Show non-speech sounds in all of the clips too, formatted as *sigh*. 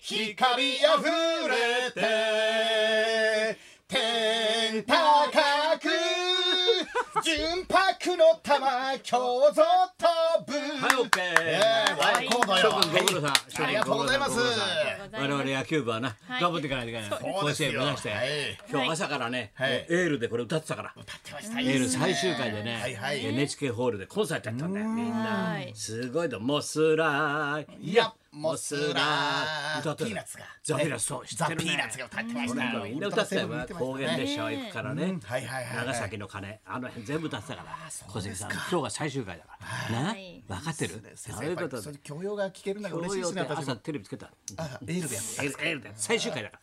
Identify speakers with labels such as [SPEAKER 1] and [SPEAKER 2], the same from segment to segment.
[SPEAKER 1] 光あふれて天高く純白の玉今日ぞ飛ぶ
[SPEAKER 2] はい、オッケ
[SPEAKER 1] え
[SPEAKER 2] ー。
[SPEAKER 1] ー最高だよ
[SPEAKER 2] 諸君ご苦労さん
[SPEAKER 1] いありがとうございます
[SPEAKER 2] 諸君ご苦労さん我々野球部はな、
[SPEAKER 3] はい
[SPEAKER 2] 頑張っていかないといけない。
[SPEAKER 1] そうで
[SPEAKER 2] 甲子
[SPEAKER 1] す
[SPEAKER 2] 園
[SPEAKER 1] よ
[SPEAKER 2] 目指して
[SPEAKER 1] はい。
[SPEAKER 2] 今日朝からね、
[SPEAKER 1] はい
[SPEAKER 2] えーエールでこれ歌ってたから。
[SPEAKER 1] 立ってました
[SPEAKER 2] エール最終回でね、
[SPEAKER 1] はいはい
[SPEAKER 2] NHK ホールでコンサートやったんだよ、みんな
[SPEAKER 3] はい。
[SPEAKER 2] すごいだ、モスラー。い
[SPEAKER 1] いやモスラー
[SPEAKER 2] 歌ってた
[SPEAKER 1] ピーナッツが
[SPEAKER 2] ザ・ピーナッツ、そう、知
[SPEAKER 1] ザ・
[SPEAKER 2] って
[SPEAKER 1] ピ
[SPEAKER 2] るね
[SPEAKER 1] ーナッツが歌ってまし
[SPEAKER 2] これ
[SPEAKER 1] たよ
[SPEAKER 2] みんな歌ってたよ、高原でしょ、
[SPEAKER 3] ね
[SPEAKER 2] 行くからね。
[SPEAKER 1] はいはいはいはい
[SPEAKER 2] 長崎の鐘、あの辺全部歌ってたから。小関さん、今日が最終回だから。な
[SPEAKER 3] はい、
[SPEAKER 2] 分かってる
[SPEAKER 1] 先
[SPEAKER 2] そう
[SPEAKER 1] 生
[SPEAKER 2] い
[SPEAKER 1] や
[SPEAKER 2] う
[SPEAKER 1] っぱ
[SPEAKER 2] こ
[SPEAKER 1] り
[SPEAKER 2] と
[SPEAKER 1] そ
[SPEAKER 2] で
[SPEAKER 1] ういう。教養が聞けるのが嬉しいですね私
[SPEAKER 2] 朝
[SPEAKER 1] も
[SPEAKER 2] テレビつけた。
[SPEAKER 1] あエールでやってた
[SPEAKER 2] エールエールだよ最終回だから。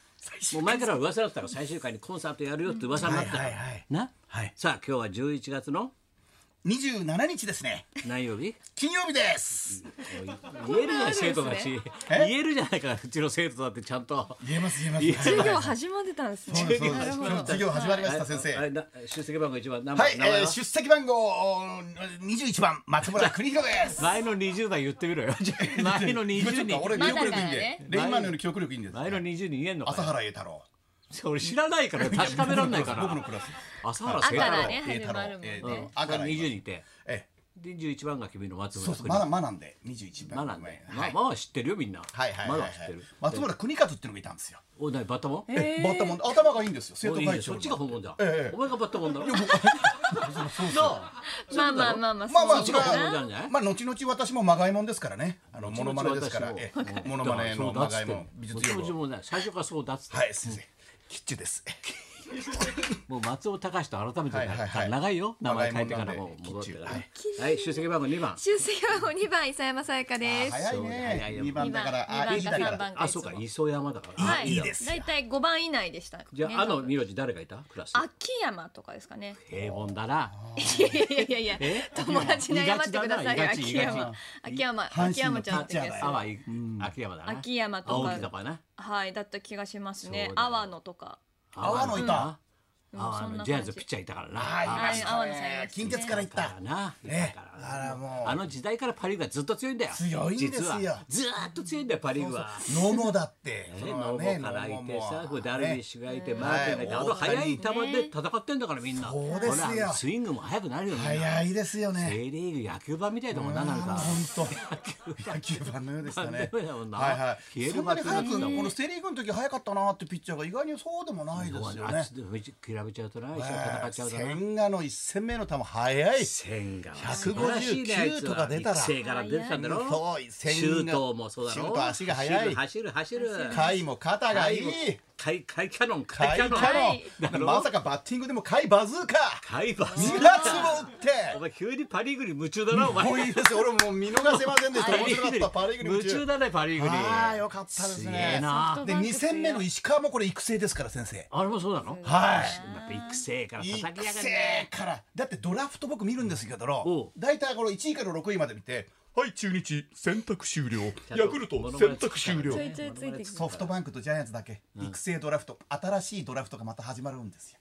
[SPEAKER 2] もう前から噂だったから最終回にコンサートやるよって噂になったから
[SPEAKER 1] はいはいはい
[SPEAKER 2] な、
[SPEAKER 1] はい
[SPEAKER 2] さあ今日は11月の
[SPEAKER 1] 27日ですね
[SPEAKER 2] 何曜
[SPEAKER 1] *laughs*
[SPEAKER 2] 日
[SPEAKER 1] 金曜日です
[SPEAKER 2] 言えるじゃない生徒たち *laughs*
[SPEAKER 1] え
[SPEAKER 2] 言えるじゃないかうちの生徒だってちゃんと
[SPEAKER 1] 言えます言えますはい
[SPEAKER 3] 授業始まってたんですね。
[SPEAKER 1] そうですそう
[SPEAKER 3] な
[SPEAKER 1] で
[SPEAKER 3] る
[SPEAKER 1] す
[SPEAKER 3] ほど。
[SPEAKER 1] 授業始まりました先生
[SPEAKER 2] はいな出席番号一番何番、
[SPEAKER 1] はい、
[SPEAKER 2] 名前
[SPEAKER 1] えー、
[SPEAKER 2] は
[SPEAKER 1] 出席番号21番松村邦弘です。
[SPEAKER 2] 前の20代言ってみろ
[SPEAKER 1] *laughs*
[SPEAKER 2] よ前の
[SPEAKER 1] 今ち
[SPEAKER 2] 20
[SPEAKER 1] ょっ
[SPEAKER 2] に
[SPEAKER 1] と俺記
[SPEAKER 3] まだ
[SPEAKER 1] 憶
[SPEAKER 3] から
[SPEAKER 1] 力いいん
[SPEAKER 3] ね
[SPEAKER 1] で、レインマンのように記憶力いいんです。
[SPEAKER 2] 前の20に言えんの
[SPEAKER 1] 朝
[SPEAKER 2] か
[SPEAKER 1] 原栄太郎。
[SPEAKER 2] よ *laughs* 俺知らないから確かめらんないから
[SPEAKER 1] 僕のクラス。
[SPEAKER 2] 朝原
[SPEAKER 3] あ
[SPEAKER 2] 生
[SPEAKER 3] から
[SPEAKER 2] 太
[SPEAKER 3] ね
[SPEAKER 1] 栄太郎
[SPEAKER 3] 始まるもんね
[SPEAKER 1] 栄
[SPEAKER 2] 郎
[SPEAKER 1] 太
[SPEAKER 2] うん
[SPEAKER 1] 郎。赤
[SPEAKER 2] 20
[SPEAKER 1] 20。
[SPEAKER 2] 人いて
[SPEAKER 1] ええ、
[SPEAKER 2] で11番が君の松
[SPEAKER 1] そ
[SPEAKER 2] 村
[SPEAKER 1] うそう、
[SPEAKER 2] 君
[SPEAKER 1] まだまだんで21
[SPEAKER 2] ま
[SPEAKER 1] 番。
[SPEAKER 2] だね、
[SPEAKER 1] は
[SPEAKER 2] ま
[SPEAKER 1] い。
[SPEAKER 2] まだ知ってるよみんな、
[SPEAKER 1] はいはい
[SPEAKER 2] ま
[SPEAKER 1] はい
[SPEAKER 2] だ
[SPEAKER 1] はい
[SPEAKER 2] 知ってる、
[SPEAKER 1] 松村邦和っていうのがいたんですよ。
[SPEAKER 2] おなにバッタモン
[SPEAKER 1] ええ、バッタモンで頭がいいんですよ。生
[SPEAKER 2] おい
[SPEAKER 1] 徒
[SPEAKER 2] いね
[SPEAKER 1] 会長
[SPEAKER 2] そっ
[SPEAKER 1] の。
[SPEAKER 2] ちが本物だ、
[SPEAKER 1] ええ
[SPEAKER 2] お前がバッタモンだろ
[SPEAKER 1] まあまあ
[SPEAKER 3] まあまあまあまあ。そう
[SPEAKER 1] そ
[SPEAKER 3] だ
[SPEAKER 1] れ
[SPEAKER 3] な
[SPEAKER 2] 違う
[SPEAKER 1] はまあ後々私もまがいもんですからね。あのモノマネ
[SPEAKER 2] *laughs*
[SPEAKER 1] ですから。え
[SPEAKER 2] え
[SPEAKER 1] えモノマネのまがいもん美術用語。
[SPEAKER 2] もね最初からそうだっつって、
[SPEAKER 1] はい先生。キッチュです。
[SPEAKER 2] もう松尾隆と改めてだ
[SPEAKER 1] はいはい
[SPEAKER 2] か
[SPEAKER 1] は
[SPEAKER 2] ら
[SPEAKER 1] い
[SPEAKER 2] 長いよ名前変えてか
[SPEAKER 1] ま
[SPEAKER 2] ら
[SPEAKER 1] がいもん
[SPEAKER 2] もう
[SPEAKER 1] なんで
[SPEAKER 2] 戻ってからね
[SPEAKER 1] き
[SPEAKER 2] はい出席番号2番
[SPEAKER 3] 出席番号二番伊佐山さやかです。
[SPEAKER 1] 早い
[SPEAKER 2] そうだ早い
[SPEAKER 1] ね。
[SPEAKER 2] よ
[SPEAKER 1] 二番だから、あ、い
[SPEAKER 3] 二
[SPEAKER 1] い
[SPEAKER 3] 番
[SPEAKER 1] だから。
[SPEAKER 3] か三番か。
[SPEAKER 2] あそうか磯山だから
[SPEAKER 3] はいい。
[SPEAKER 1] いいですよ
[SPEAKER 3] だいたい五番以内でしたね。
[SPEAKER 2] じゃああの名字誰がいたクラス
[SPEAKER 3] 秋山とかですかね。
[SPEAKER 2] 平凡だない
[SPEAKER 3] やいやいやいや
[SPEAKER 2] え。
[SPEAKER 3] 友達に謝ってくださいよ
[SPEAKER 2] 意外と
[SPEAKER 3] 秋
[SPEAKER 2] だな
[SPEAKER 3] 山。秋山
[SPEAKER 1] 阪神の
[SPEAKER 3] 秋山ちゃん
[SPEAKER 1] ピッチャー
[SPEAKER 3] で
[SPEAKER 1] だ
[SPEAKER 3] す
[SPEAKER 1] よ
[SPEAKER 2] 阿。波井秋山だな
[SPEAKER 3] 秋山とか
[SPEAKER 2] 青木だからな
[SPEAKER 3] はいだった気がしますね
[SPEAKER 2] そう。だよ
[SPEAKER 3] 阿波野とか。
[SPEAKER 1] 阿波野いた
[SPEAKER 3] うん
[SPEAKER 2] 阿
[SPEAKER 3] そ
[SPEAKER 2] 波
[SPEAKER 3] ん
[SPEAKER 2] 野
[SPEAKER 3] な
[SPEAKER 2] ジャイア
[SPEAKER 3] 感
[SPEAKER 2] ンツ
[SPEAKER 3] じ
[SPEAKER 2] ピッチャーいたからな
[SPEAKER 1] あ、いまし
[SPEAKER 3] はい
[SPEAKER 1] た
[SPEAKER 3] 青野さんいま
[SPEAKER 1] ね。
[SPEAKER 3] した
[SPEAKER 1] 近鉄から行っ
[SPEAKER 2] だか
[SPEAKER 1] た
[SPEAKER 2] ら。な、
[SPEAKER 1] ね
[SPEAKER 2] だから
[SPEAKER 1] あらもう
[SPEAKER 2] あの時代からパ・リーグはずっと強いんだよ
[SPEAKER 1] 強いんですよ
[SPEAKER 2] 実はずーっと強いんだよパ・リーグは
[SPEAKER 1] ノモだって。
[SPEAKER 2] ねノーボからいてさ、こうダルビッシュがいて、マーティンがいて、
[SPEAKER 1] はい
[SPEAKER 2] あの速い球で戦ってんだからみんな。
[SPEAKER 1] そうですよ
[SPEAKER 2] ほらスイングも速くなるよみんな。
[SPEAKER 1] 早いですよね。
[SPEAKER 2] A リーグ野球版みたいだもんななんか。 *laughs*
[SPEAKER 1] 本当。野球盤のようでしたね。
[SPEAKER 2] 野球盤のようだもんな
[SPEAKER 1] はいは
[SPEAKER 2] 消える
[SPEAKER 1] い。そんなに早
[SPEAKER 2] バッテリーだも
[SPEAKER 1] く
[SPEAKER 2] ん
[SPEAKER 1] このセリーグの時早かったなってピッチャーが意外にそうでもないですよ
[SPEAKER 2] あ
[SPEAKER 1] ね
[SPEAKER 2] っち。で比べちゃうとな、一緒に戦っ
[SPEAKER 1] ええ
[SPEAKER 2] ちゃうとな。
[SPEAKER 1] 千賀の一戦目の球早い。
[SPEAKER 2] 千賀は素晴らしいねあい
[SPEAKER 1] 159
[SPEAKER 2] つ
[SPEAKER 1] とか
[SPEAKER 2] は
[SPEAKER 1] 出たら
[SPEAKER 2] 育成から出てたんだろ
[SPEAKER 1] そう千賀
[SPEAKER 2] シュートもそうだろ
[SPEAKER 1] シュート足が速い
[SPEAKER 2] 走る走る走る
[SPEAKER 1] 甲斐も肩がいい。
[SPEAKER 2] カイカイキャノン
[SPEAKER 1] 甲
[SPEAKER 2] カイ
[SPEAKER 1] 斐
[SPEAKER 2] キ
[SPEAKER 1] キ
[SPEAKER 2] ャノン
[SPEAKER 3] カイは
[SPEAKER 1] ャノン。まさかバッティングでも甲斐バズーカ。
[SPEAKER 2] カイバス
[SPEAKER 1] 2月も打って。
[SPEAKER 2] お前急にパ・リーグに夢中だなお前
[SPEAKER 1] もういいですよ。俺もう見逃せませんでした。面白かった。パリーグに
[SPEAKER 2] 夢中だねパ・リーグに
[SPEAKER 1] ああ、よかったですす
[SPEAKER 2] げ
[SPEAKER 1] ね
[SPEAKER 2] え。な
[SPEAKER 1] で、2戦目の石川もこれ育成ですから、先生。
[SPEAKER 2] あれもそうなの
[SPEAKER 1] は
[SPEAKER 2] やっぱ育成から
[SPEAKER 1] い。
[SPEAKER 2] 叩きやがる
[SPEAKER 1] 育成
[SPEAKER 2] ね
[SPEAKER 1] から。だってドラフト僕見るんですけど
[SPEAKER 2] おう
[SPEAKER 1] ろ、大体この1位から6位まで見て、はい、中日、選択終了。ヤクルト、
[SPEAKER 2] 選
[SPEAKER 1] 選
[SPEAKER 2] 択
[SPEAKER 1] 択
[SPEAKER 2] 終
[SPEAKER 1] 終
[SPEAKER 2] 了
[SPEAKER 1] 了
[SPEAKER 3] ちょ。いちょいついてきて。
[SPEAKER 1] ソフトバンクとジャイアンツだけ、育成ドラフト、新しいドラフトがまた始まるんです
[SPEAKER 2] うんう
[SPEAKER 1] よ。
[SPEAKER 2] ん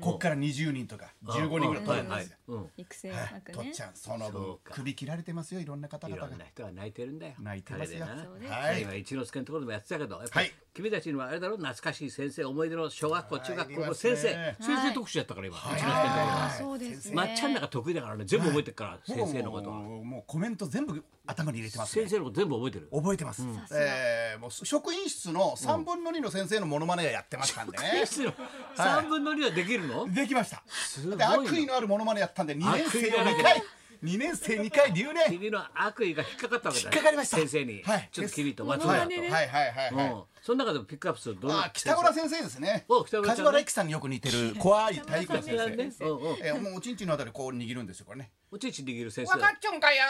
[SPEAKER 1] こっから20人とか、15人ぐらい取るん
[SPEAKER 2] は
[SPEAKER 1] で
[SPEAKER 2] い
[SPEAKER 1] すよ。
[SPEAKER 2] はいうん
[SPEAKER 3] 育成
[SPEAKER 1] はい
[SPEAKER 3] 枠
[SPEAKER 1] 取
[SPEAKER 3] ね
[SPEAKER 1] っち。ゃう。その
[SPEAKER 2] そ
[SPEAKER 1] 分
[SPEAKER 2] う、か
[SPEAKER 1] 首切られてますよ、いろんな方
[SPEAKER 2] い
[SPEAKER 1] 々
[SPEAKER 2] ろ
[SPEAKER 1] が
[SPEAKER 2] んな。人が泣いてるんだよ
[SPEAKER 1] 泣いてます
[SPEAKER 2] 陰
[SPEAKER 1] よ
[SPEAKER 2] でな
[SPEAKER 3] そうです
[SPEAKER 1] は
[SPEAKER 2] 今
[SPEAKER 1] い。
[SPEAKER 2] 一之輔のところでもやってたけどやっぱ
[SPEAKER 1] は
[SPEAKER 2] り
[SPEAKER 1] い
[SPEAKER 2] 君たちにはあれだろ懐かしい先生思い出の小学校中学校の先生
[SPEAKER 1] あり
[SPEAKER 2] 先
[SPEAKER 1] ま
[SPEAKER 2] 生特集やったから今一之輔のところ
[SPEAKER 3] あそうですね。
[SPEAKER 2] まっちゃんなんか得意だからね全部覚えてるから
[SPEAKER 1] 僕は
[SPEAKER 2] 先生のことは
[SPEAKER 1] もうもうコメント全部頭に入れてます、ね
[SPEAKER 2] 先、生のこと全部覚えてる
[SPEAKER 1] 覚えてます、
[SPEAKER 3] すが
[SPEAKER 1] ええー、もう職員室の3分の2の先生のモノマネがやってましたんでね
[SPEAKER 2] 先生の三分の二はできるの
[SPEAKER 1] できました
[SPEAKER 2] ごい
[SPEAKER 1] で
[SPEAKER 2] な
[SPEAKER 1] 悪意のあるモノマネやったんで2年生を2
[SPEAKER 2] 悪意あ
[SPEAKER 1] 回2年生2回留年
[SPEAKER 2] 君の悪意が引っかかったわけだね
[SPEAKER 1] 引っかかりました
[SPEAKER 2] 先生に
[SPEAKER 1] はい
[SPEAKER 2] ちょっと君と松
[SPEAKER 1] は
[SPEAKER 2] 村
[SPEAKER 1] いは
[SPEAKER 2] と
[SPEAKER 1] いはいはいはい、
[SPEAKER 2] うんその中でもピックアップするどん
[SPEAKER 1] あ
[SPEAKER 2] な
[SPEAKER 1] 北村先生ですね
[SPEAKER 2] お北村ちゃんね
[SPEAKER 1] 梶原一騎さんによく似てる怖い体育の先生、
[SPEAKER 2] 生うんうん
[SPEAKER 1] えー、もうおちんちんのあたりこう握るんですよこれね
[SPEAKER 2] おちんちん握る先
[SPEAKER 4] 分かっ
[SPEAKER 2] 生
[SPEAKER 4] ちょんかよ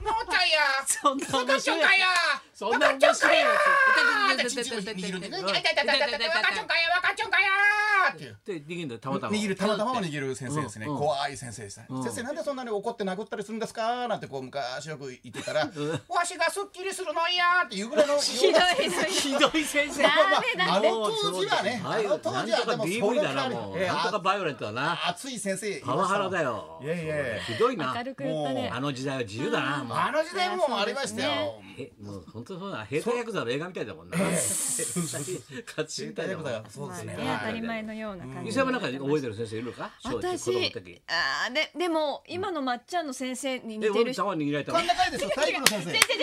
[SPEAKER 4] もうちゃんや
[SPEAKER 2] そんな
[SPEAKER 4] 分か
[SPEAKER 2] 面
[SPEAKER 4] っちょ
[SPEAKER 2] 白
[SPEAKER 4] ん
[SPEAKER 2] い
[SPEAKER 4] かよ
[SPEAKER 2] そんな面白いや
[SPEAKER 1] あんたちんちん握るんでね
[SPEAKER 4] あいたいたいたいたいた分かっちょんかよ分かっちょんかよっていう
[SPEAKER 2] つで握るんだよたまたま
[SPEAKER 1] 握るたまたま握る先生ですね、
[SPEAKER 2] うんうん
[SPEAKER 1] 怖い先生ですね、先生なんでそんなに怒って殴ったりするんですかなんてこう昔よく言って
[SPEAKER 2] *laughs*
[SPEAKER 1] たら、
[SPEAKER 4] わしがすっきりするのんや
[SPEAKER 1] っていうぐらいの
[SPEAKER 3] ひどい
[SPEAKER 1] ま *laughs*
[SPEAKER 3] ひ
[SPEAKER 2] ひどい先生
[SPEAKER 1] あまああの当時はね
[SPEAKER 2] もう
[SPEAKER 1] あの当時は
[SPEAKER 2] な
[SPEAKER 1] で
[SPEAKER 2] んとか
[SPEAKER 1] も
[SPEAKER 2] DV だな
[SPEAKER 1] に
[SPEAKER 2] もう
[SPEAKER 1] ええ
[SPEAKER 2] なんとかバイオレントだな
[SPEAKER 1] 熱い先生いました
[SPEAKER 2] パワハラだよ
[SPEAKER 1] いやいやいや
[SPEAKER 2] ひどいな
[SPEAKER 3] 明るく言ったね
[SPEAKER 2] あ。の時代は自由だなもう
[SPEAKER 1] あの時代もありましたよ
[SPEAKER 2] えもう本当当そうだ兵隊ヤクザの映画みたいだもんな *laughs* 勝ちみたいだもんな
[SPEAKER 1] そうですね。
[SPEAKER 3] ね当たり前のような感じ。
[SPEAKER 2] 西山なんか覚えてる先生いるのか小中子供の
[SPEAKER 3] 私
[SPEAKER 2] 時
[SPEAKER 3] あーででも今のまっちゃんの先生に
[SPEAKER 2] え
[SPEAKER 3] 似て
[SPEAKER 2] 俺
[SPEAKER 3] る人。
[SPEAKER 2] 玉握られた
[SPEAKER 1] こん
[SPEAKER 2] *laughs*
[SPEAKER 1] な感じですよ。体育の先生。
[SPEAKER 3] 違う違う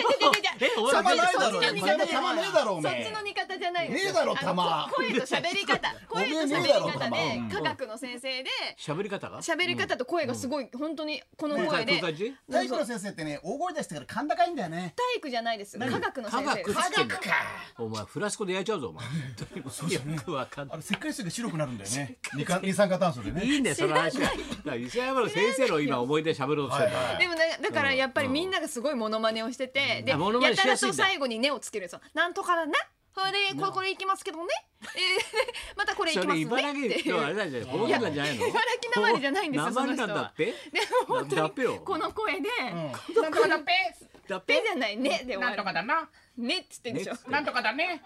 [SPEAKER 3] 違う違う違う
[SPEAKER 2] え俺
[SPEAKER 1] 玉ないだろ。
[SPEAKER 3] そっちの味方じゃ
[SPEAKER 1] 玉ねえだろおめ
[SPEAKER 3] そっ
[SPEAKER 1] え
[SPEAKER 3] ちの。見方じゃないです
[SPEAKER 1] ねえだろ
[SPEAKER 3] あの
[SPEAKER 1] 玉
[SPEAKER 3] こ声と喋り方声と喋り
[SPEAKER 1] おめえねえ
[SPEAKER 3] 方
[SPEAKER 1] だろ
[SPEAKER 3] で科学の先生で
[SPEAKER 2] 喋り方が
[SPEAKER 3] 喋り方と声がすごい本当にこの声で
[SPEAKER 2] 空間字
[SPEAKER 5] 体育の先生ってね大声出してから甲高いんだよね
[SPEAKER 3] 体育じゃないです科学の
[SPEAKER 2] 科
[SPEAKER 3] 先生
[SPEAKER 2] 学
[SPEAKER 3] です
[SPEAKER 2] つってんだお前フラスコで焼いちゃうぞ
[SPEAKER 1] *laughs*
[SPEAKER 2] お前よくわかんな
[SPEAKER 1] あれ石灰水が白くなるんだよね。二酸二酸化炭素で
[SPEAKER 2] い
[SPEAKER 1] ね。
[SPEAKER 2] いいんだよその話はだから磯山の先生の今思い出喋ろうとしてる
[SPEAKER 1] はい
[SPEAKER 3] でもねだからやっぱりみんながすごいモノマネをしてて、で
[SPEAKER 2] あモノマネ
[SPEAKER 3] や
[SPEAKER 2] したや
[SPEAKER 3] ら
[SPEAKER 2] すいん
[SPEAKER 3] と
[SPEAKER 2] だ
[SPEAKER 3] 最後に「ね」をつけるんですよ。なんとからなそれでここれいきますけどもね、えー *laughs* またこれいき
[SPEAKER 2] そ
[SPEAKER 3] ます
[SPEAKER 2] れ
[SPEAKER 3] ね
[SPEAKER 2] 茨
[SPEAKER 3] って
[SPEAKER 2] 城
[SPEAKER 3] いう
[SPEAKER 2] のあれなんじゃない方言なんじゃないの
[SPEAKER 3] 茨城なまりじゃないんですよ
[SPEAKER 2] なまりなんだってで
[SPEAKER 3] でも本
[SPEAKER 2] だ
[SPEAKER 3] 当
[SPEAKER 2] っぺよ
[SPEAKER 3] に *laughs* この声で
[SPEAKER 4] なんとかだっぺ
[SPEAKER 2] だっ
[SPEAKER 3] 「手
[SPEAKER 2] ぺ
[SPEAKER 3] じゃないね」で終
[SPEAKER 4] なん
[SPEAKER 3] わ
[SPEAKER 4] とか
[SPEAKER 3] る
[SPEAKER 4] だな
[SPEAKER 3] 「ね」っつってんでしょ
[SPEAKER 2] ねっつって
[SPEAKER 4] なんとかだね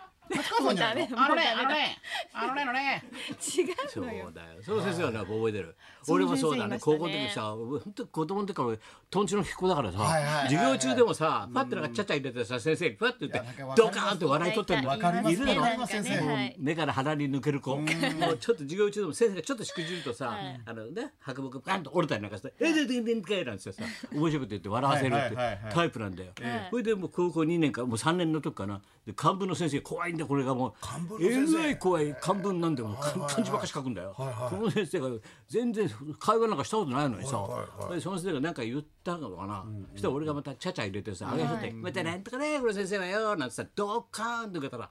[SPEAKER 3] もうダメも
[SPEAKER 4] あの
[SPEAKER 3] う
[SPEAKER 4] ねあ
[SPEAKER 3] ダメ
[SPEAKER 4] の
[SPEAKER 3] だ
[SPEAKER 4] ねあのねのね
[SPEAKER 3] 違
[SPEAKER 2] そううだ
[SPEAKER 3] の
[SPEAKER 2] よ
[SPEAKER 3] よ。
[SPEAKER 2] その先生はなんか覚えてる
[SPEAKER 3] そう
[SPEAKER 2] 俺もそうだね
[SPEAKER 3] 先生
[SPEAKER 2] 高
[SPEAKER 3] い
[SPEAKER 2] 校
[SPEAKER 3] ま
[SPEAKER 2] の時
[SPEAKER 3] したね
[SPEAKER 2] さ本当子供の時からとんちの引っ子だからさ
[SPEAKER 1] はいはいはいはい
[SPEAKER 2] 授業中でもさパッてなんかちゃちゃ入れてさ先生にパッて言って
[SPEAKER 1] いやなんかわか
[SPEAKER 2] ド
[SPEAKER 1] ります
[SPEAKER 2] カーンって笑い取ってんの
[SPEAKER 1] わかります
[SPEAKER 2] いるだろ
[SPEAKER 3] なんかねはい
[SPEAKER 2] 目から鼻に抜ける子もうちょっと授業中でも先生がちょっとしくじるとさ、
[SPEAKER 3] はい
[SPEAKER 2] あのね白目ガンと折れたりなんかして「えでででんかい」なんですよさ面白いこと言って笑わせるっ
[SPEAKER 1] はいはいはい
[SPEAKER 2] て
[SPEAKER 1] はい
[SPEAKER 2] タイプなんだよ。
[SPEAKER 3] ええ
[SPEAKER 2] それでもう高校2年かもう3年の時かなで漢文の先生怖いんだこれがもう
[SPEAKER 1] 漢文の
[SPEAKER 2] え
[SPEAKER 1] 先生
[SPEAKER 2] らい怖い漢文なんでもう
[SPEAKER 1] いはいはい
[SPEAKER 2] 漢字ばっかし書くんだよ。
[SPEAKER 1] はいはい
[SPEAKER 2] その先生が全然会話なんかしたことないのにさ、
[SPEAKER 1] はいはいはい
[SPEAKER 2] でその先生が何か言ったのかな、そしたら俺がまたちゃちゃ入れてさ「あげて、またなんとかねこの先生はよ」なんてさドッカーンって受けたら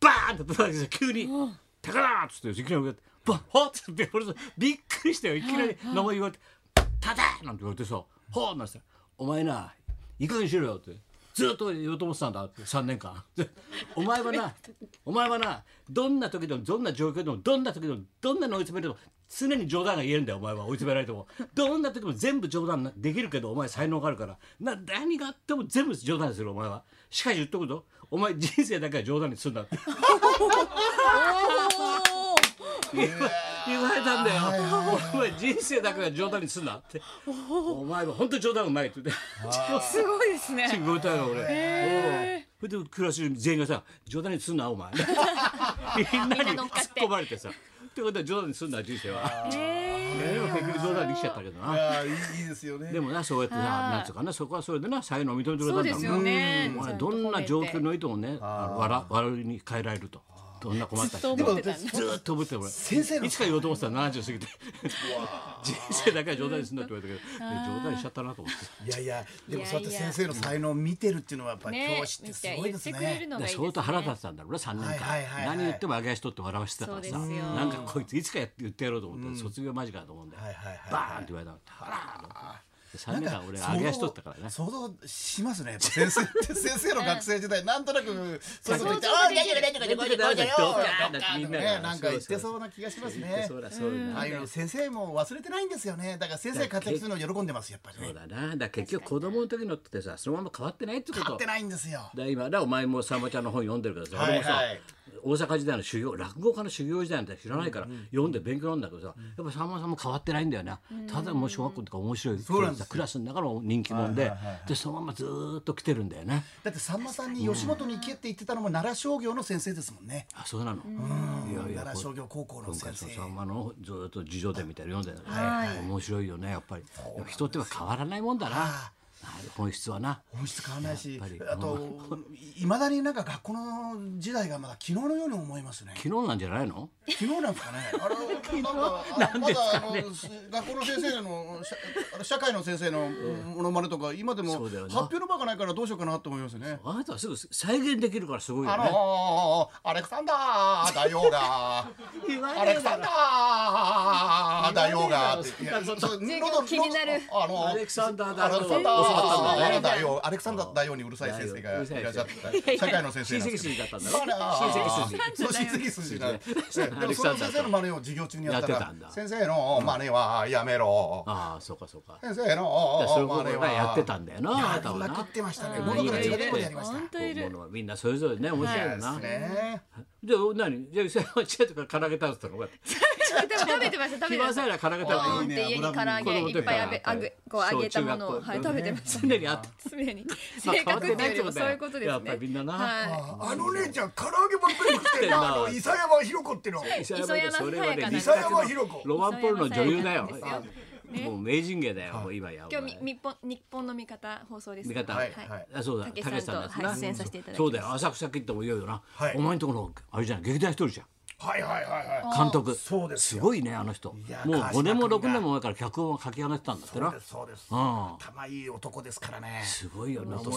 [SPEAKER 2] バーンってぶら下げて急に「高田!」っつっていきなり受けて「バッほっ!」つって俺さびっくりしたよいきなり名前言われて「ただ!」なんて言われてさ「ほう!」なんてさ「お前ないい加減にしろよ」って。ずっと言おうと思ってたんだって3年間 *laughs* お前はなお前はなどんな時でもどんな状況でもどんな時でもどんなに追い詰められても常に冗談が言えるんだよお前は追い詰められてもどんな時も全部冗談できるけどお前才能があるからな何があっても全部冗談するお前はしかし言っとくぞお前人生だけは冗談にするんだって *laughs*
[SPEAKER 3] おー
[SPEAKER 2] 言わ言われたんだよお前人生だけは冗談にするなってお前は本当に冗談うまいって言って
[SPEAKER 3] すごいですね。
[SPEAKER 2] すごいだよ俺。おうそれでクラス中全員がさ「冗談にすんな
[SPEAKER 3] *laughs*
[SPEAKER 2] お前」みんなに
[SPEAKER 3] みんな
[SPEAKER 2] 突っ
[SPEAKER 3] 乗っかって
[SPEAKER 2] 込まれてさ。ってことは冗談にすんな人生は。
[SPEAKER 3] え
[SPEAKER 2] 結局冗談に来ちゃったけど
[SPEAKER 1] い
[SPEAKER 2] な。
[SPEAKER 1] やいいいいですよね。
[SPEAKER 2] でもなそうやってさなんつうかなそこはそれでな才能を認めてくれただ
[SPEAKER 3] そうんで
[SPEAKER 2] もん
[SPEAKER 3] すよね。
[SPEAKER 2] お
[SPEAKER 3] ち
[SPEAKER 2] 前
[SPEAKER 3] ゃんと
[SPEAKER 2] どんな状況
[SPEAKER 3] 褒めて
[SPEAKER 2] のいいともねあの笑笑いに変えられると。どんな困った
[SPEAKER 3] ずっ
[SPEAKER 2] 人で
[SPEAKER 3] と思
[SPEAKER 2] も
[SPEAKER 3] ってた
[SPEAKER 2] ず
[SPEAKER 3] んだ
[SPEAKER 2] ーっと思ってた俺
[SPEAKER 1] 先生の
[SPEAKER 2] いつか言おうと思ってた70過ぎて人生だけは冗談にすんなって言われたけどで冗談にしちゃったなと思ってさ
[SPEAKER 1] いやいやでも
[SPEAKER 3] いやいや
[SPEAKER 1] そうやって先生の才能を見てるっていうのはやっぱり
[SPEAKER 3] ね
[SPEAKER 1] 教師って
[SPEAKER 3] 見
[SPEAKER 1] す
[SPEAKER 3] て
[SPEAKER 1] ごい
[SPEAKER 3] 言
[SPEAKER 1] で
[SPEAKER 3] っ
[SPEAKER 1] す
[SPEAKER 3] てくれる
[SPEAKER 1] ね。
[SPEAKER 3] の
[SPEAKER 2] だから
[SPEAKER 3] がいい
[SPEAKER 2] 相
[SPEAKER 3] です
[SPEAKER 2] 当腹立っ
[SPEAKER 3] ね
[SPEAKER 2] て。たんだろうな3年間、
[SPEAKER 1] はいはいはいはい
[SPEAKER 2] 何言っても揚げ足取って笑わしてたからさ
[SPEAKER 3] そうですよ
[SPEAKER 2] なんかこいついつかやって言ってやろうと思ったら、卒業間近だと思うんだよ、
[SPEAKER 1] はいはいはい
[SPEAKER 2] バーンって言われたから3年間俺揚げ足取ったからね
[SPEAKER 1] 想像しますねやっぱ先生って先生の学生
[SPEAKER 3] *laughs*
[SPEAKER 1] 時代なんとなくそういうこと言って「
[SPEAKER 3] 想
[SPEAKER 1] あ
[SPEAKER 3] 像
[SPEAKER 1] あ
[SPEAKER 3] で
[SPEAKER 1] 大
[SPEAKER 3] き
[SPEAKER 1] 丈夫
[SPEAKER 3] る
[SPEAKER 1] 大丈夫こうじゃこうじゃよ」
[SPEAKER 2] ドカー
[SPEAKER 1] と
[SPEAKER 2] ン
[SPEAKER 1] か
[SPEAKER 2] みんなが
[SPEAKER 1] ねなんか言ってそうな気がしますね。
[SPEAKER 2] そうだそうだ、
[SPEAKER 1] ああいうの先生も忘れてないんですよねだから先生活躍するの喜んでますやっぱり
[SPEAKER 2] そう
[SPEAKER 1] ね
[SPEAKER 2] だなだから結局子供の時のってさそのまま変わってないってこと
[SPEAKER 1] 勝ってないんですよ。
[SPEAKER 2] だから今だからお前もさんまちゃんの本読んでるからさ、
[SPEAKER 1] はい
[SPEAKER 2] 俺もさ
[SPEAKER 1] はい
[SPEAKER 2] 大阪時代の修行落語家の修行時代なんて知らないから、読んで勉強なんだけどさやっぱさんまさんも変わってないんだよな、ただもう小学校とか面白い
[SPEAKER 1] そうなんですよ
[SPEAKER 2] クラスの中の人気者で、
[SPEAKER 1] はいはいはい
[SPEAKER 2] でそのままずーっと来てるんだよね
[SPEAKER 1] だってさんまさんに吉本に行けって言ってたのも奈良商業の先生ですもんね。
[SPEAKER 2] あそうなの、いやいや
[SPEAKER 1] 奈良商
[SPEAKER 2] こ
[SPEAKER 1] 業高校の
[SPEAKER 2] 今
[SPEAKER 1] 先
[SPEAKER 2] 回
[SPEAKER 1] 生
[SPEAKER 2] そう。さんまのずーっと自助伝みたいなの読んでる、
[SPEAKER 3] はい
[SPEAKER 2] 面白いよねやっぱりでも人っては変わらないもんだな、
[SPEAKER 1] は
[SPEAKER 2] はい本質はな
[SPEAKER 1] 本質変わらないし
[SPEAKER 2] やっぱり
[SPEAKER 1] あといまだになんか学校の時代がまだ昨日のように思いますね
[SPEAKER 2] 昨日なんじゃないの
[SPEAKER 1] 昨日なんですかねあれなんかあまだあのす学校の先生の社あれ社会の先生のものまねとか今でも
[SPEAKER 2] そう
[SPEAKER 1] 発
[SPEAKER 2] だよな
[SPEAKER 1] 表の場がないからどうしようかなと思いますね
[SPEAKER 2] あなたはすぐ再現できるからすごいよ
[SPEAKER 1] あ
[SPEAKER 2] ね
[SPEAKER 1] のー、アレクサンダーだよが
[SPEAKER 2] 言わ
[SPEAKER 1] ア
[SPEAKER 2] ね
[SPEAKER 1] レ
[SPEAKER 2] え
[SPEAKER 1] ク
[SPEAKER 2] だ
[SPEAKER 1] サ
[SPEAKER 2] ろ
[SPEAKER 1] ンダーだよがっていやそう喉
[SPEAKER 3] 気になる
[SPEAKER 1] 喉あの
[SPEAKER 2] アレクサンダー
[SPEAKER 1] ア
[SPEAKER 2] だ
[SPEAKER 1] レ
[SPEAKER 2] ろ
[SPEAKER 1] ク
[SPEAKER 2] う
[SPEAKER 1] サンダーだ
[SPEAKER 3] 教わったんだ
[SPEAKER 1] よアレクサンダーだよにうるさい先生がいらっしゃって社会の先生
[SPEAKER 2] 親
[SPEAKER 1] な
[SPEAKER 2] 戚
[SPEAKER 1] んですけど
[SPEAKER 2] 筋だったんだろ
[SPEAKER 1] そ
[SPEAKER 2] 親
[SPEAKER 1] う
[SPEAKER 2] 戚筋
[SPEAKER 1] そう親戚筋なんですでもその先生の真似を授業中にやった
[SPEAKER 2] やってた
[SPEAKER 1] ら
[SPEAKER 2] んだ
[SPEAKER 1] 先生の真似はやめろ
[SPEAKER 2] ああそうかそうか
[SPEAKER 1] 先生
[SPEAKER 2] そういう
[SPEAKER 1] の
[SPEAKER 2] こ
[SPEAKER 1] 真似
[SPEAKER 2] と
[SPEAKER 1] は
[SPEAKER 2] がやってたんだよなあ
[SPEAKER 1] や
[SPEAKER 2] なた
[SPEAKER 1] り
[SPEAKER 2] は
[SPEAKER 1] ま
[SPEAKER 2] な
[SPEAKER 1] くってましたね
[SPEAKER 2] うん
[SPEAKER 1] 喉から血が出るまでやりました
[SPEAKER 3] 本当
[SPEAKER 2] も
[SPEAKER 3] いる。
[SPEAKER 2] のはみんなそれぞれね面白いよな、
[SPEAKER 1] ね
[SPEAKER 2] じゃあ何じゃあそれはちょっとから唐揚げ食べてたのこうやって
[SPEAKER 3] でも食べてました食べて
[SPEAKER 2] 暇
[SPEAKER 3] ました
[SPEAKER 2] さえなかなか
[SPEAKER 3] ド
[SPEAKER 2] 食
[SPEAKER 3] ーン
[SPEAKER 2] べ
[SPEAKER 3] ってて家に唐揚
[SPEAKER 2] 子供
[SPEAKER 3] げ
[SPEAKER 2] の
[SPEAKER 3] いっ
[SPEAKER 2] 時
[SPEAKER 3] ぱ
[SPEAKER 2] から
[SPEAKER 3] いあべあぐこう揚げたものを、はい、食べてました
[SPEAKER 2] 常にあった
[SPEAKER 3] 常に
[SPEAKER 2] まあ
[SPEAKER 3] 性格っていうよりもそういうことですね
[SPEAKER 2] やっぱりみんなな
[SPEAKER 3] は
[SPEAKER 1] ああの姉ちゃん唐揚げばっかり食って
[SPEAKER 2] *laughs*
[SPEAKER 1] んなあの伊佐山ひろ子っての伊
[SPEAKER 2] 磯山それはね
[SPEAKER 3] 磯
[SPEAKER 1] 佐山ひろ子
[SPEAKER 2] ロマンポールの女優だよ
[SPEAKER 3] 磯山さやかですよ
[SPEAKER 2] もう名人芸だよ、もう今や
[SPEAKER 3] い、今日み日本日本の味方放送です
[SPEAKER 2] 味
[SPEAKER 3] から
[SPEAKER 2] 方、
[SPEAKER 3] はい、
[SPEAKER 2] あそうだ
[SPEAKER 3] 竹
[SPEAKER 2] 竹
[SPEAKER 3] さん
[SPEAKER 2] さん
[SPEAKER 3] と
[SPEAKER 2] だ
[SPEAKER 3] はい出演させていただいて
[SPEAKER 2] そうだよ浅草キッドもいよいよな、
[SPEAKER 1] はい
[SPEAKER 2] お前んとこのあれじゃん劇団一人じゃん
[SPEAKER 1] はいはいはいはい
[SPEAKER 2] 監督
[SPEAKER 1] そうです
[SPEAKER 2] す
[SPEAKER 1] よ
[SPEAKER 2] ごいねあの人もう
[SPEAKER 1] いや
[SPEAKER 2] 5年も
[SPEAKER 1] 川島君が
[SPEAKER 2] 6年も前から脚本を書き上げてたんだって
[SPEAKER 1] そう
[SPEAKER 2] な
[SPEAKER 1] ですそうです
[SPEAKER 2] ん
[SPEAKER 1] 頭いい男ですからね
[SPEAKER 2] すごいよな実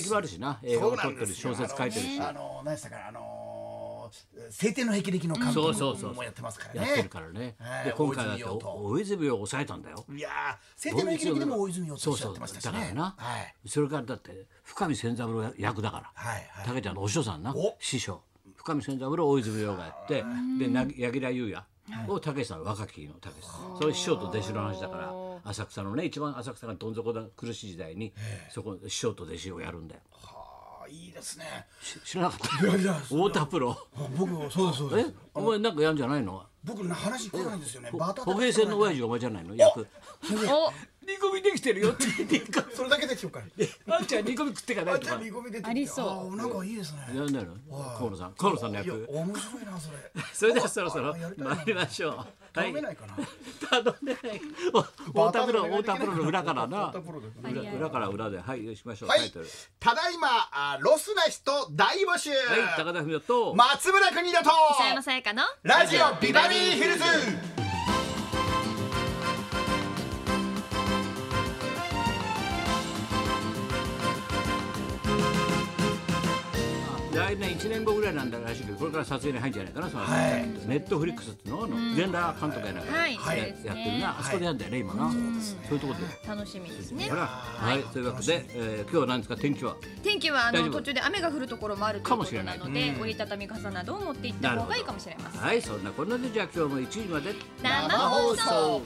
[SPEAKER 2] 績もあるしな映画
[SPEAKER 1] そう
[SPEAKER 2] を
[SPEAKER 1] な
[SPEAKER 2] 撮っ
[SPEAKER 1] ん
[SPEAKER 2] て
[SPEAKER 1] で
[SPEAKER 2] る
[SPEAKER 1] す
[SPEAKER 2] し
[SPEAKER 1] よ
[SPEAKER 2] 小説書いてるし
[SPEAKER 1] あの何でしたかあのー晴天の霹靂の監
[SPEAKER 2] そうそうそ
[SPEAKER 1] 督
[SPEAKER 2] う
[SPEAKER 1] もやってますから
[SPEAKER 2] や
[SPEAKER 1] ね
[SPEAKER 2] ってるからね
[SPEAKER 1] はい
[SPEAKER 2] で今回だっ
[SPEAKER 1] 大泉
[SPEAKER 2] て
[SPEAKER 1] 洋と
[SPEAKER 2] 大泉洋を抑えたんだよ
[SPEAKER 1] いやー晴天の霹靂でも大泉洋とおっしゃ
[SPEAKER 2] そ
[SPEAKER 1] っ
[SPEAKER 2] うそ
[SPEAKER 1] て
[SPEAKER 2] う
[SPEAKER 1] ましたし
[SPEAKER 2] だから
[SPEAKER 1] ね
[SPEAKER 2] な、
[SPEAKER 1] はい
[SPEAKER 2] それからだって深見千三郎役だから、
[SPEAKER 1] はいはい
[SPEAKER 2] 竹ちゃんのお師匠さんな
[SPEAKER 1] お
[SPEAKER 2] 師匠深見千三郎大泉洋がやってでな柳楽優弥を武さん若きの武さんそれ師匠と弟子の話だから浅草のね一番浅草がどん底だ苦しい時代にそこ師匠と弟子をやるんだよ
[SPEAKER 1] あーいいですね
[SPEAKER 2] し知らなかった
[SPEAKER 1] いやいや
[SPEAKER 2] 太田プロ
[SPEAKER 1] 僕そうですそうで
[SPEAKER 2] え
[SPEAKER 1] す
[SPEAKER 2] お前なんかやんじゃないの
[SPEAKER 1] 僕の話来ないんですよねバタ
[SPEAKER 2] 捕鯨船の親父がお前じゃないの役煮込みできてるよって言って
[SPEAKER 1] それだけでしょうか
[SPEAKER 2] あんちゃん煮込み食ってかな
[SPEAKER 1] あ
[SPEAKER 2] い
[SPEAKER 1] じ
[SPEAKER 2] と
[SPEAKER 1] ゃあ
[SPEAKER 2] か
[SPEAKER 1] 見込み出てきて
[SPEAKER 6] ありそう
[SPEAKER 1] あなんかいいですね
[SPEAKER 2] やんないの河野さん河野さんの
[SPEAKER 1] いや
[SPEAKER 2] 役
[SPEAKER 1] 面白いなそれ
[SPEAKER 2] それではそろそろ
[SPEAKER 1] あやりたいな
[SPEAKER 2] 参りましょう。
[SPEAKER 1] 頼めないかな
[SPEAKER 2] 頼めない。お太田プロ、太田プロの裏からな。
[SPEAKER 1] 太田プロです
[SPEAKER 2] 裏裏から裏で、はい、よしましょう。
[SPEAKER 7] はい
[SPEAKER 2] タイトル
[SPEAKER 7] ただいまあロスな人大募集、
[SPEAKER 2] はい、高田文夫と。
[SPEAKER 7] 松村邦人と
[SPEAKER 3] 磯山さやかの
[SPEAKER 7] ラジオビバリーヒルズ
[SPEAKER 2] 来年1年後ぐらいなんだらしいけど、これから撮影に入るんじゃないかな、その。ネットフリックスっていうのあの、全裸監督やなんか
[SPEAKER 3] は
[SPEAKER 2] や
[SPEAKER 3] い
[SPEAKER 2] や
[SPEAKER 3] そうですね
[SPEAKER 2] ってるな、あそこでやんだよね、今な。そういうところ
[SPEAKER 3] 楽しみです
[SPEAKER 2] で。
[SPEAKER 3] ね
[SPEAKER 2] ほらはい、というわけで、えー今日は何ですか、天気は。
[SPEAKER 3] 天気はあ
[SPEAKER 2] 大
[SPEAKER 3] の
[SPEAKER 2] 丈夫
[SPEAKER 3] 途中で雨が降るところもあるということな
[SPEAKER 2] か
[SPEAKER 3] ので折りたたみ傘などを持っていった方がいいかもしれません
[SPEAKER 2] はい、そんなこんなで、じゃあ、今日も1時まで。
[SPEAKER 3] 生放送